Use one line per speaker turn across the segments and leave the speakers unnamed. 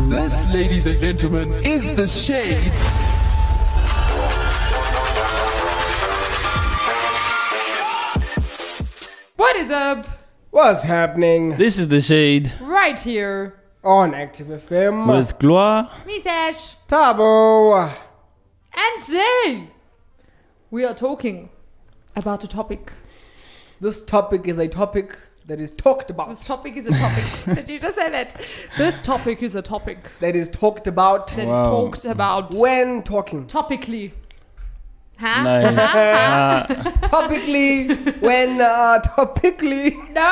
This, ladies and gentlemen, is the shade.
What is up?
What's happening
This is the shade
Right here.
on Active FM
with Gloire.
Me Sash.
Tabo?
And today we are talking about a topic.
This topic is a topic that is talked about.
This topic is a topic. Did you just say that? This topic is a topic
That is talked about
that is
Wow.
talked about
when talking.
topically. Huh?
Nice.
Huh?
Ah,
Topically, when uh, topically.
no.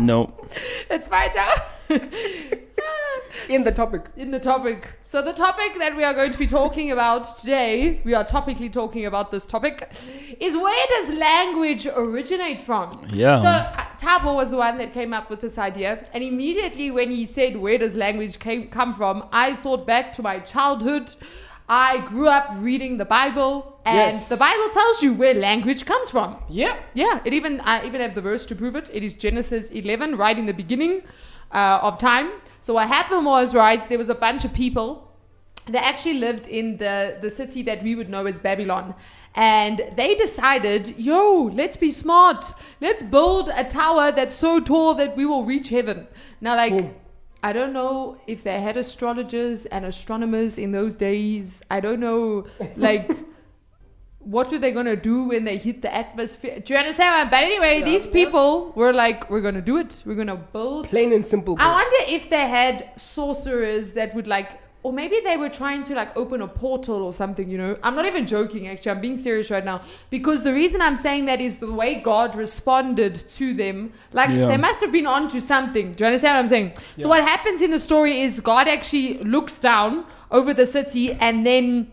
no.
Let's find out.
in the topic.
In the topic. So the topic that we are going to be talking about today, we are topically talking about this topic, is where does language originate from?
Yeah.
So uh, Tabo was the one that came up with this idea, and immediately when he said where does language came, come from, I thought back to my childhood. I grew up reading the Bible, and
Yes.
the Bible tells you where language comes from.
Yeah.
Yeah, it even I even have the verse to prove it. It is Genesis 11, right in the beginning uh, of time. So what happened was, right, there was a bunch of people that actually lived in the the city that we would know as Babylon. And they decided, yo, let's be smart. Let's build a tower that's so tall that we will reach heaven. Now, like,
Boom.
I don't know if they had astrologers and astronomers in those days. I don't know, like, what were they gonna do when they hit the atmosphere? Do you understand? what I'm- But anyway, these people were like, we're gonna do it. We're gonna build.
Plain and simple.
I
guys.
wonder if they had sorcerers that would like, or maybe they were trying to like open a portal or something. You know, I'm not even joking. Actually, I'm being serious right now because the reason I'm saying that is the way God responded to them. Like
Yeah.
they must have been onto something. Do you understand what I'm saying? So what happens in the story is God actually looks down over the city and then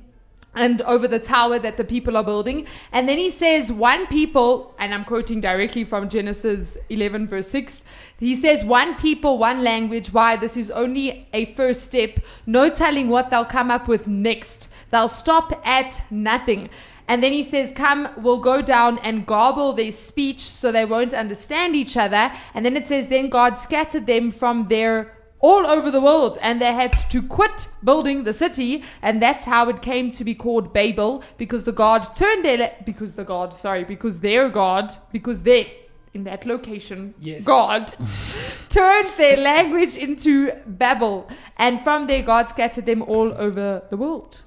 and over the tower that the people are building. And then he says, one people, and I'm quoting directly from Genesis 11, verse 6. He says, one people, one language. Why? This is only a first step. No telling what they'll come up with next. They'll stop at nothing. And then he says, Come, we'll go down and garble their speech so they won't understand each other. And then it says, Then God scattered them from there all over the world and they had to quit building the city and that's how it came to be called babel because the god turned their la- because the god sorry because their god because they in that location
Yes.
god turned their language into babel and from there god scattered them all over the world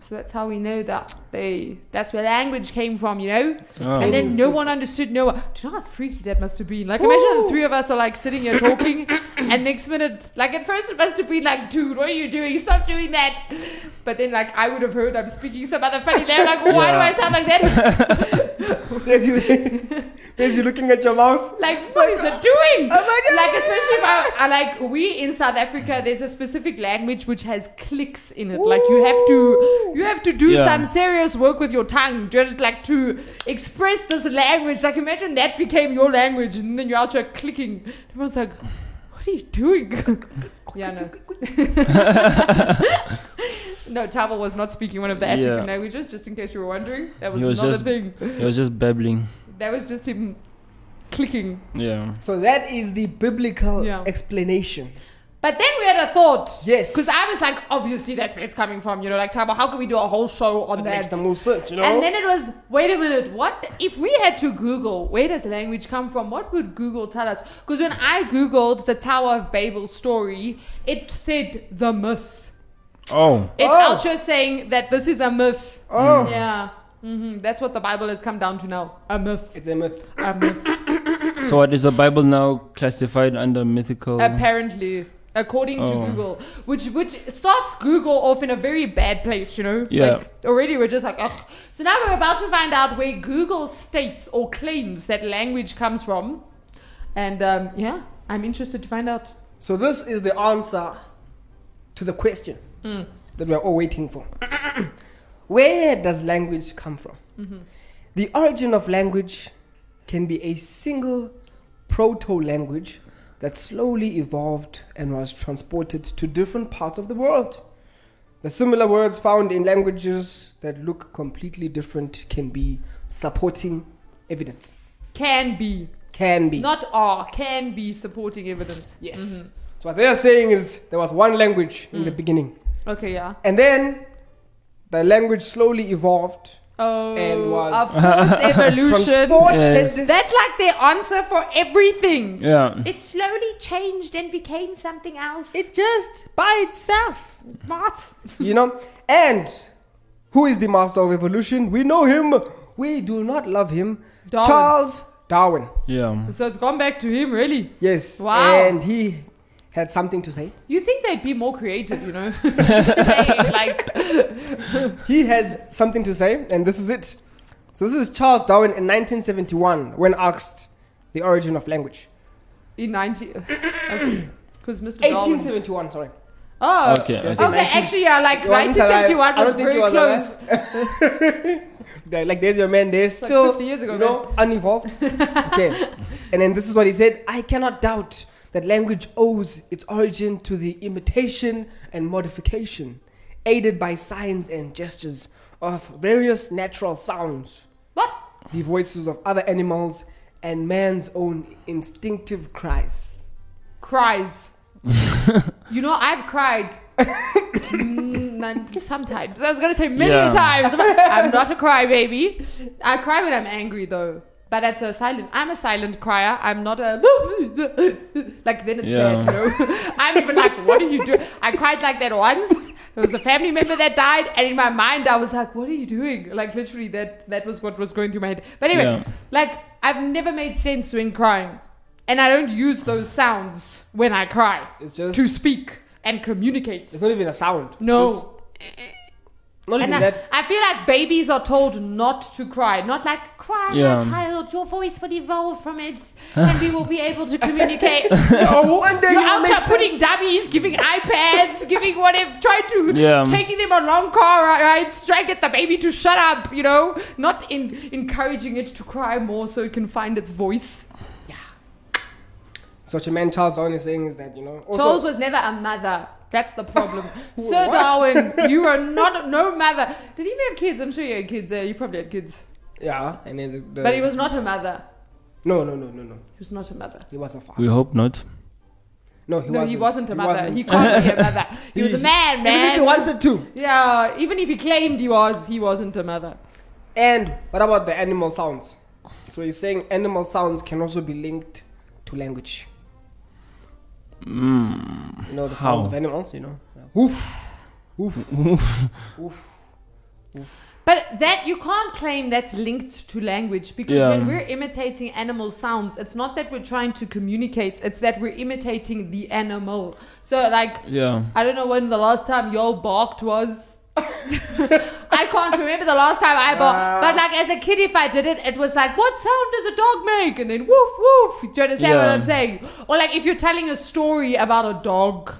so that's how we know that they that's where language came from you know
Oh.
and then no one understood no one. Do you know how freaky that must have been? Like, imagine the three of us are like sitting here talking, and next minute, like at first it must have been like, dude, what are you doing? Stop doing that. But then, like, I would have heard I'm speaking some other funny language. Like, why do I sound like that?
There's you, there's you looking at your mouth.
Like, what is it doing?
Oh my God.
Like, especially if I, I like, we in South Africa, there's a specific language which has clicks in it. Like, you have to, you have to do
Yeah.
some serious work with your tongue, just like to express this language. Like, imagine that became your language, and then you're out there clicking. Everyone's like, "What are you doing?" yeah, no. no, Tavo was not speaking one of the African
Yeah.
languages. Just in case you were wondering, that was,
He was
not
just-
a thing.
It was just babbling.
That was just him clicking.
Yeah.
So that is the biblical
Yeah.
explanation.
But then we had a thought.
Yes.
Because I was like, obviously that's where it's coming from. You know, like, Tabo, how can we do a whole show on
That
that?
makes the most sense, you know.
And then it was, wait a minute, what if we had to Google where does language come from? What would Google tell us? Because when I Googled the Tower of Babel story, it said the myth.
Oh.
It's
Oh.
out there saying that this is a myth.
oh,
Yeah. hmm That's what the Bible has come down to now. A myth.
it's a myth.
A myth.
So what is the Bible now classified under mythical?
Apparently. According
Oh.
to Google, which which starts Google off in a very bad place, you know.
Yeah.
Like, already we're just like, ugh. So now we're about to find out where Google states or claims that language comes from, and um, yeah, I'm interested to find out.
So this is the answer to the question that we're all waiting for. Where does language come from? The origin of language can be a single proto-language that slowly evolved and was transported to different parts of the world. The similar words found in languages that look completely different can be supporting evidence.
Can be
Can be.
not are can be supporting evidence.
Yes. So what they are saying is there was one language in the beginning,
Okay, yeah.
and then the language slowly evolved
Oh,
And was-
of course,
from
evolution.
sports.
Yes.
let's-
That's like their answer for everything.
Yeah.
It slowly changed and became something else.
It just by itself,
smart.
you know. And who is the master of evolution? We know him. We do not love him.
Darwin.
Charles Darwin.
Yeah.
So it's gone back to him, really.
Yes.
Wow.
And he had something to say.
You think they'd be more creative, you know? Just saying, like,
He had something to say, and this is it. So this is Charles Darwin in 1971 when asked the origin of language.
in 90. Because Mr. Darwin.
1871, sorry.
Oh,
Okay, okay.
okay. Actually, yeah, like
It wasn't alive.
1971
I don't
was
think
very
he was
close.
They're like there's your man, they're
like
still
50 years ago,
you know, unevolved. okay. And then this is what he said: I cannot doubt that language owes its origin to the imitation and modification, aided by signs and gestures of various natural sounds,
What?
the voices of other animals, and man's own instinctive cries.
Cries. you know, I've cried. Mm, none- Sometimes I was gonna say many
Yeah.
times. I'm not a crybaby. I cry when I'm angry though, but that's a silent. I'm a silent crier. I'm not a like then it's
Yeah.
bad. You know? I'm even like, what are you doing? I cried like that once. There was a family member that died, and in my mind, I was like, what are you doing? Like literally, that that was what was going through my head. But anyway,
Yeah.
like I've never made sense when crying, and I don't use those sounds when I cry
It's just
to speak and communicate.
It's not even a sound. It's
No.
just- not even
And I,
that.
I feel like babies are told not to cry, not like cry,
Yeah.
now, child. Your voice will evolve from it, and we will be able to communicate.
Oh, one day
You're
you'll
out
make
there
sense.
putting dummies, giving iPads, giving whatever, trying to
Yeah.
taking them on long car rides, trying to get the baby to shut up. You know, not in encouraging it to cry more so it can find its voice.
So what your man Charles Darwin is saying is that you know. Also,
Charles was never a mother. That's the problem. Sir Darwin, you are not no mother. Did he even have kids? I'm sure you had kids. Uh, you probably had kids.
yeah, and then the, the,
But he was not a mother.
no, no, no, no, no.
He was not a mother.
He wasn't far.
We hope not.
No, he
no,
wasn't.
he wasn't a mother. He,
wasn't.
can't be a mother. He was a man,
Even if
man.
he wanted to.
yeah, even if he claimed he was, he wasn't a mother.
And what about the animal sounds? So he's saying animal sounds can also be linked to language. Mm, you know the sounds
How?
of animals. You know, woof, woof.
But that you can't claim that's linked to language because
Yeah.
when we're imitating animal sounds, it's not that we're trying to communicate, it's that we're imitating the animal. So like
Yeah.
I don't know when the last time y'all barked was. I can't remember the last time I barked. But like as a kid, if I did it, it was like, what sound does a dog make? And then woof woof. Do you understand what
Yeah.
I'm saying? Or like if you're telling a story about a dog.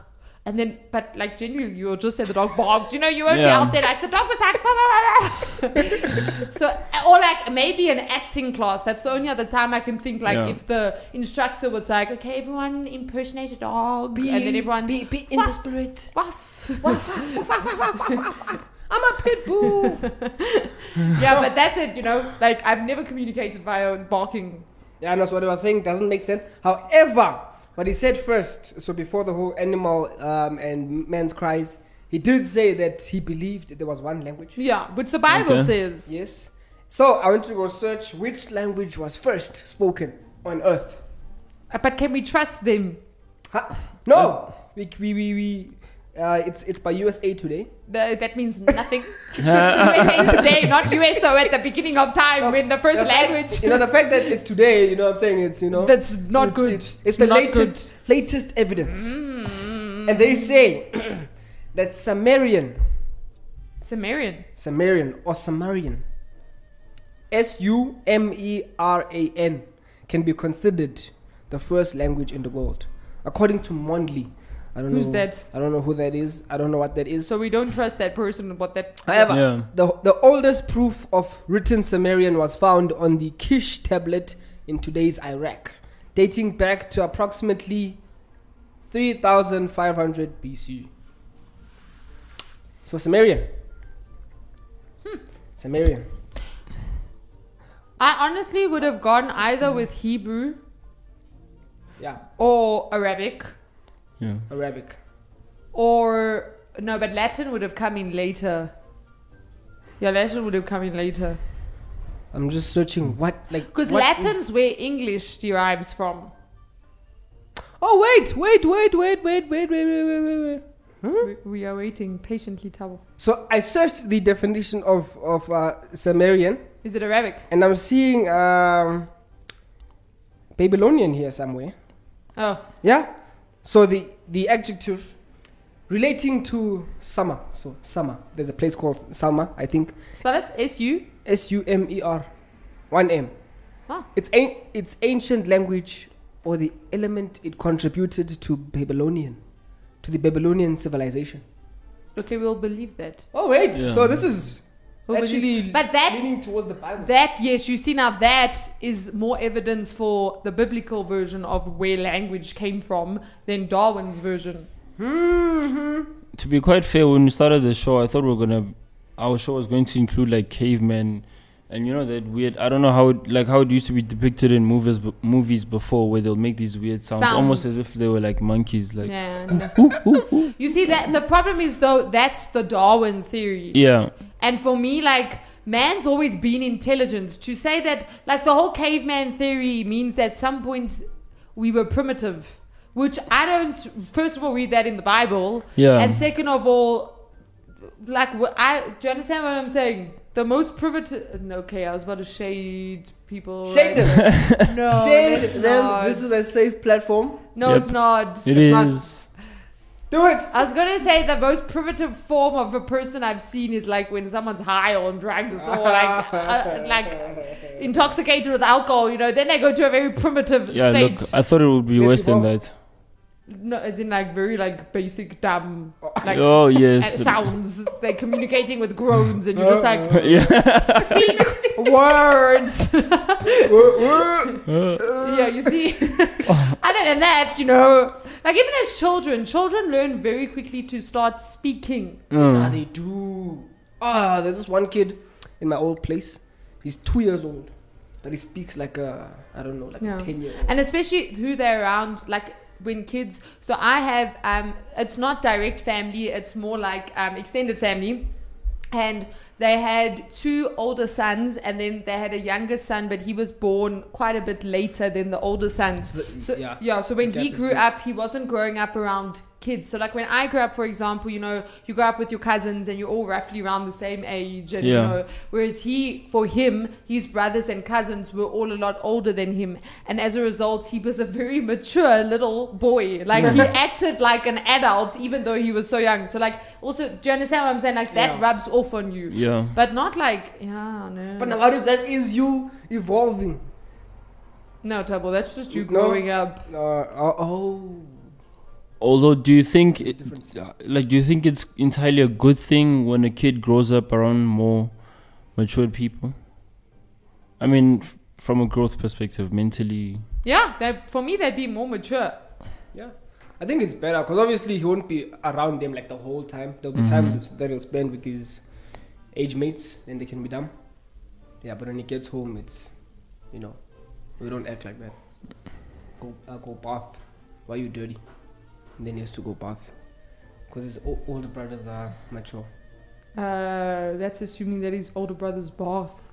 And then, but like genuinely, you'll just say the dog barked. You know, you won't be
Yeah.
out there like the dog was like. "Bah, bah, bah, bah." so, or like maybe an acting class. That's the only other time I can think. Like
Yeah.
if the instructor was like, "Okay, everyone impersonate a dog,"
Be-
and then everyone's
be, be in
"Wah,
the spirit.
Woof.
I'm a pit bull.
yeah, but that's it, you know? Like, I've never communicated via barking.
Yeah, and that's what I was saying. Doesn't make sense. However, what he said first, so before the whole animal um, and man's cries, he did say that he believed there was one language.
Yeah, which the Bible
Okay.
says.
Yes. So I went to go search which language was first spoken on Earth.
Uh, But can we trust them?
Huh? No, we we we. we uh, it's it's by USA Today.
Th- that means nothing. USA today, not USO at the beginning of time when the first
The fact-
language.
you know the fact that it's today. You know what I'm saying? It's you know.
that's not
it's,
good.
It's, it's the
not
latest latest evidence,
Hmm.
and they say that Sumerian
good. Sumerian.
Sumerian or Sumerian. S U M E R A N can be considered the first language in the world, according to Mondly. I don't
Who's
know.
that?
I don't know who that is. I don't know what that is.
So we don't trust that person, what that.
However,
Yeah.
the, the oldest proof of written Sumerian was found on the Kish tablet in today's Iraq, dating back to approximately 3500 BC. So, Sumerian. Sumerian.
I honestly would have gone either with Hebrew
Yeah.
or Arabic
Yeah.
Arabic.
Or no, but Latin would have come in later. Yeah, Latin would have come in later.
I'm just searching what like
Because
what
Latin's
is-
where English derives from.
Oh wait, wait, wait, wait, wait, wait, wait, wait, wait, wait, wait. Huh?
We, we are waiting patiently, Tabo.
So I searched the definition of of uh, Sumerian,
Is it Arabic?
and I'm seeing um, Babylonian here somewhere.
Oh,
Yeah. So the the adjective relating to summer. So summer. There's a place called summer. I think
spell it S U.
S U M E R, one M.
Ah.
It's an, it's ancient language or the element it contributed to Babylonian, to the Babylonian civilization.
Okay, we'll believe that.
Oh wait.
Yeah.
So this is
We'll
actually
believe- but that
leaning towards the Bible.
that yes, you see now that is more evidence for the biblical version of where language came from than Darwin's version.
Mm-hmm.
To be quite fair, when we started the show, I thought we were gonna, our show was going to include like cavemen, and you know that weird. I don't know how it, like how it used to be depicted in movies, b- movies before, where they'll make these weird sounds, almost
Sounds.
as if they were like monkeys, like.
Yeah. no. you see that the problem is though that's the Darwin theory.
Yeah,
And for me, like, man's always been intelligent. To say that, like, the whole caveman theory means that some point we were primitive, which I don't, first of all, read that in the Bible.
Yeah.
And second of all, like, wh- I, do you understand what I'm saying? The most primitive. Okay, I was about to shade people.
Shade
like-
them.
No,
Shade
that's
them.
not.
This is a safe platform.
no,
Yep.
it's not.
it
it's
is.
not.
Do it.
I was gonna say the most primitive form of a person I've seen is like when someone's high on drugs or like uh, like intoxicated with alcohol. You know, then they go to a very primitive
Yeah,
state.
look, I thought it would be
Yes,
worse
you
than
are.
that.
no, as in like very like basic dumb like
oh
uh,
yes.
sounds. They're communicating with groans, and you're just like
yeah.
speak words. yeah, you see. Other than that, you know, like even as children, children learn very quickly to start speaking.
Mm,
Ah, they do. Ah, there's this one kid in my old place. He's two years old, but he speaks like a I don't know, like
Yeah.
a ten year old.
and especially who they're around like when kids so i have um it's not direct family it's more like um extended family and they had two older sons and then they had a younger son but he was born quite a bit later than the older son so,
the- yeah.
so when
The
he
gap is
grew
big.
up he wasn't growing up around kids so like when i grew up for example you know you grow up with your cousins and you're all roughly around the same age and you
Yeah.
know Whereas he, for him, his brothers and cousins were all a lot older than him. And as a result, he was a very mature little boy. Like, he acted like an adult, even though he was so young. So, like, also, do you understand what I'm saying? Like, that
Yeah.
rubs off on you.
Yeah.
But not like, yeah, no.
But now, what if that is you evolving?
no, Tabo, that's just you
No.
growing up.
Uh, uh, oh,
Although, do you think, it, uh,
difference.
like, do you think it's entirely a good thing when a kid grows up around more matured people? I mean, f- from a growth perspective, mentally.
Yeah, that, for me, they'd be more mature.
yeah. I think it's better because obviously he won't be around them like the whole time. There'll be times that he'll spend with his age mates, and they can be dumb. Yeah, but when he gets home, it's you know we don't act like that. Go, uh, go bath. Why you dirty? And then he has to go bath because his o- older brothers are mature.
Uh, that's assuming that his older brother's bath,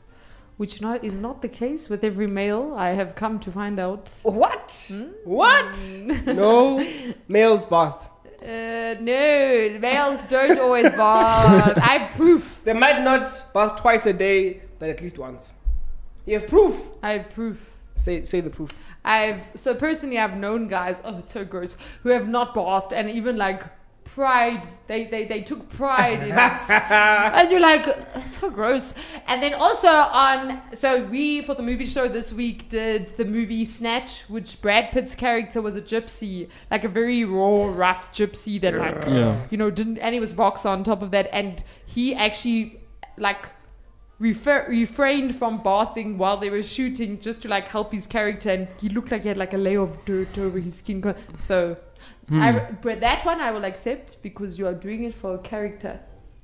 which not, is not the case with every male, I have come to find out.
What? What? no, male's bath.
Uh, no, males don't always bark. I have proof.
They might not bath twice a day, but at least once. You have proof.
I have proof.
Say say the proof.
I've so personally I've known guys. Oh, it's so gross. Who have not bathed and even like pride. They they they took pride in it. and you're like "That's so gross. And then also on so we for the movie show this week did the movie Snatch, which Brad Pitt's character was a gypsy, like a very raw, rough gypsy that like
Yeah.
you know, didn't and he was boxed on top of that, and he actually like refer, refrained from bathing while they were shooting just to like help his character, and he looked like he had like a layer of dirt over his skin. co- So,
Hmm.
I, but that one I will accept because you are doing it for a character,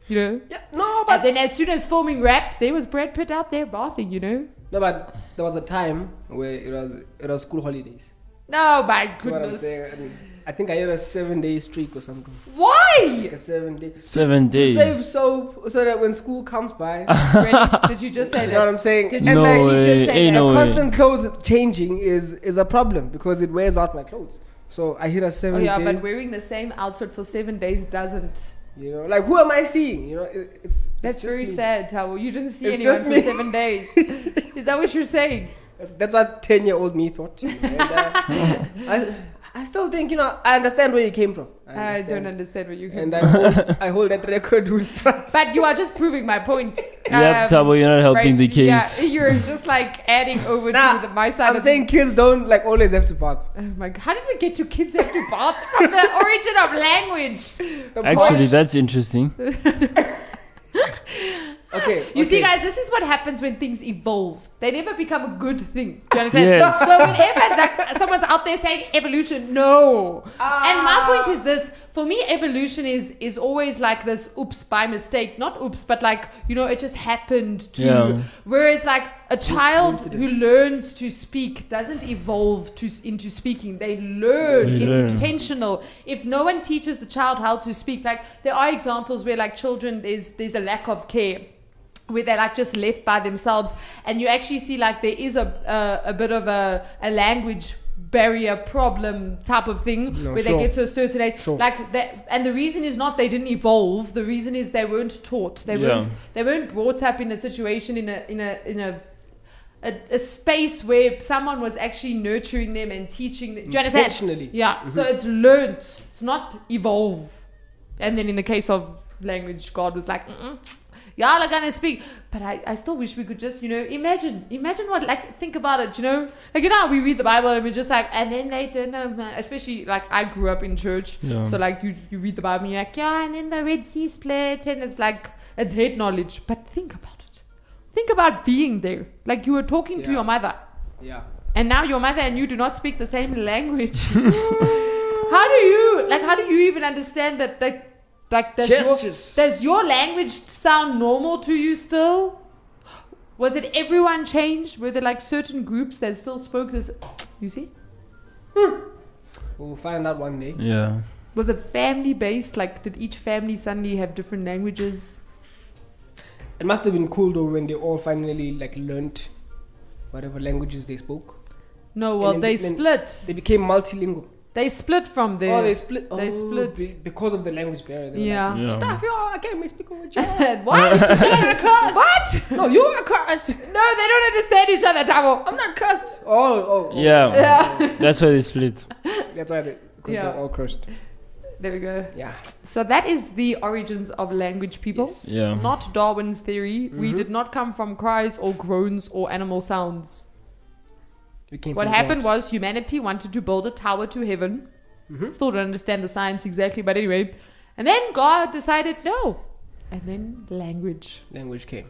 you know.
Yeah, no,
But
but
then, as soon as filming wrapped, there was Brad Pitt out there bathing, you know.
no, but there was a time where it was it was school holidays.
Oh my
That's what I'm
goodness!
saying. And I think I had a seven day streak or something.
Why?
Like a seven day.
Seven
To
days.
save soap so that when school comes by,
Really? Did you just say
you know what
that?
I'm saying?
Did
And
you
No
like, uh,
really
way,
just say
ain't
that?
no way.
constant clothes changing is is a problem because it wears out my clothes. So I hit a
Oh
seven
yeah,
day.
but wearing the same outfit for seven days doesn't.
you know, like who am I seeing? You know, it, it's it's
That's
just
very
me.
sad, Tabo. You didn't see
It's
anyone
just
for
me.
seven days. Is that what you're saying?
That's what ten year old me thought. you know, and, uh, I I still think you know I understand where you came from.
I, don't understand what you can.
And I hold, I hold that record with pride.
But you are just proving my point.
Yep,
Um,
Tabo, you're not helping
right,
the case.
Yeah, you're just like adding over
Nah,
to the, my side.
I'm
of
saying kids don't like always have to bath.
the, oh my god, how did we get to kids have to bath from the origin of language?
The
Actually,
point-
that's interesting.
okay.
You see,
okay.
guys, this is what happens when things evolve. They never become a good thing. Do you understand?
Yes.
So whenever like, someone's out there saying evolution, no. And my
Ah.
point is this: for me, evolution is is always like this. Oops, by mistake. Not oops, but like you know, it just happened to.
Yeah.
Whereas, like a child who
coincidence.
learns to speak doesn't evolve to s- into speaking. They learn.
They
it's
learn.
intentional. If no one teaches the child how to speak, like there are examples where like children there's there's a lack of care where they're like just left by themselves and you actually see like there is a a, a bit of a, a language barrier problem type of thing
No,
where
sure.
they get to a certain age
Sure.
like that and the reason is not they didn't evolve the reason is they weren't taught they
Yeah.
weren't they weren't brought up in a situation in a in a in a a, a space where someone was actually nurturing them and teaching them. Do you understand?
Intentionally. Mm-hmm.
Yeah. So it's learnt. It's not evolve. And then in the case of language, God was like, Mm-mm, y'all are gonna speak. But I, I still wish we could just, you know, imagine, imagine what, like, think about it. You know, like you know, how we read the Bible and we're just like, and then they don't know. man." Especially like I grew up in church,
Yeah.
so like you you read the Bible and you're like, yeah, and then the Red Sea split, and it's like it's head knowledge. But think about it. Think about being there. Like you were talking to
Yeah.
your mother.
Yeah.
And now your mother and you do not speak the same language. how do you like? How do you even understand that? Like, like does your,
Gestures.
does your language sound normal to you still? Was it everyone changed? Were there like certain groups that still spoke this? You see,
We'll find out one day.
Yeah.
was it family based? Like, did each family suddenly have different languages?
It must have been cool though when they all finally like learnt whatever languages they spoke.
No, well
then
they
the- then-
split.
They became multilingual.
They split from there.
Oh, they split.
They
oh,
split.
be- because of the language barrier. They were
yeah.
Yeah.
Like, "Ah, "Yo, I can't be speaking with you.
what? what?
no, you are cursed.
No, they don't understand each other, Tabo.
I'm not cursed. Oh, oh, oh.
Yeah.
Yeah.
That's why they split.
That's why they, because
Yeah.
they're all cursed.
There we go.
Yeah.
So that is the origins of language, people.
Yes. Mm-hmm.
Yeah.
Not Darwin's theory. We did not come from cries or groans or animal sounds.
We came
What
from
happened was humanity wanted to build a tower to heaven.
Mm-hmm.
Still don't understand the science exactly, but anyway. And then God decided no. And then language.
God. language came.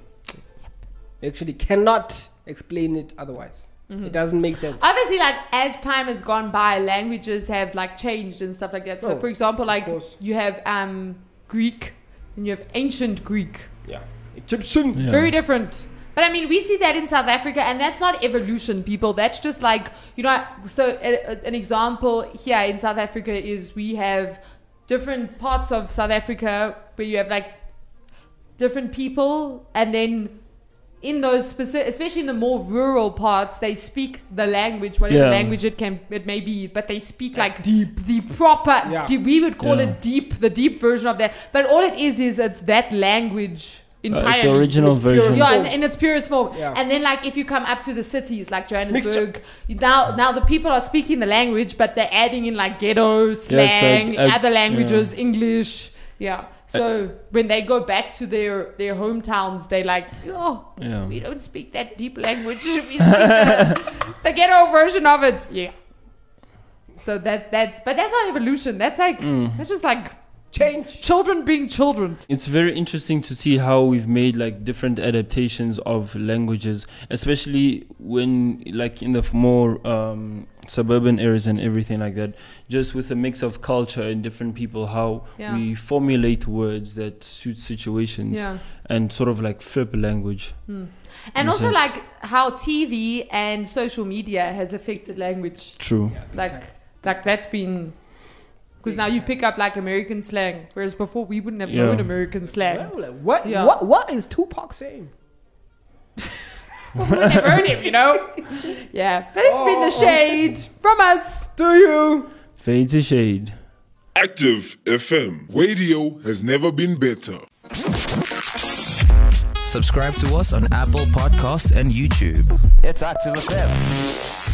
They Actually, cannot explain it otherwise. It doesn't make sense.
Obviously, like as time has gone by, languages have like changed and stuff like that. So,
Oh,
for example, like
course.
you have um Greek and you have ancient Greek.
yeah. Egyptian.
Yeah. Uh,
Very different. But I mean, we see that in South Africa, and that's not evolution, people. That's just like, you know, so a, a- an example here in South Africa is we have different parts of South Africa where you have like different people, and then in those specific, especially in the more rural parts, they speak the language, whatever
Yeah.
language it can, it may be, but they speak like deep, the proper.
Yeah.
deep- we would call
Yeah.
it deep, the deep version of that. But all it is is it's that language
Uh,
entirely.
it's the original
It's pure
version.
Yeah,
form.
in, in its purest form.
Yeah.
And then, like, if you come up to the cities like Johannesburg,
Mixture.
you, now now the people are speaking the language, but they're adding in like ghetto slang,
like, uh,
other languages, English.
Uh,
Yeah. So when they go back to their their hometowns, they like, oh,
Yeah.
we don't speak that deep language. we speak the, the ghetto version of it. Yeah. So that that's but that's not evolution. That's like
Mm.
that's just like
Change.
children being children.
It's very interesting to see how we've made like different adaptations of languages, especially when like in the f- more um, suburban areas and everything like that. Just with a mix of culture and different people, how
Yeah.
we formulate words that suit situations
Yeah.
and sort of like flip language.
And
In a
also
sense.
like how TV and social media has affected language.
True.
Like like that's been Because now you pick up like American slang, whereas before we wouldn't have
Yeah.
known American slang.
Well, like, what,
Yeah.
what, what is Tupac saying?
we wouldn't have heard him, you know? Yeah. But it's been the shade from us.
Do you?
Fade to shade.
Active FM. Radio has never been better.
Subscribe to us on Apple Podcasts and YouTube.
It's Active FM.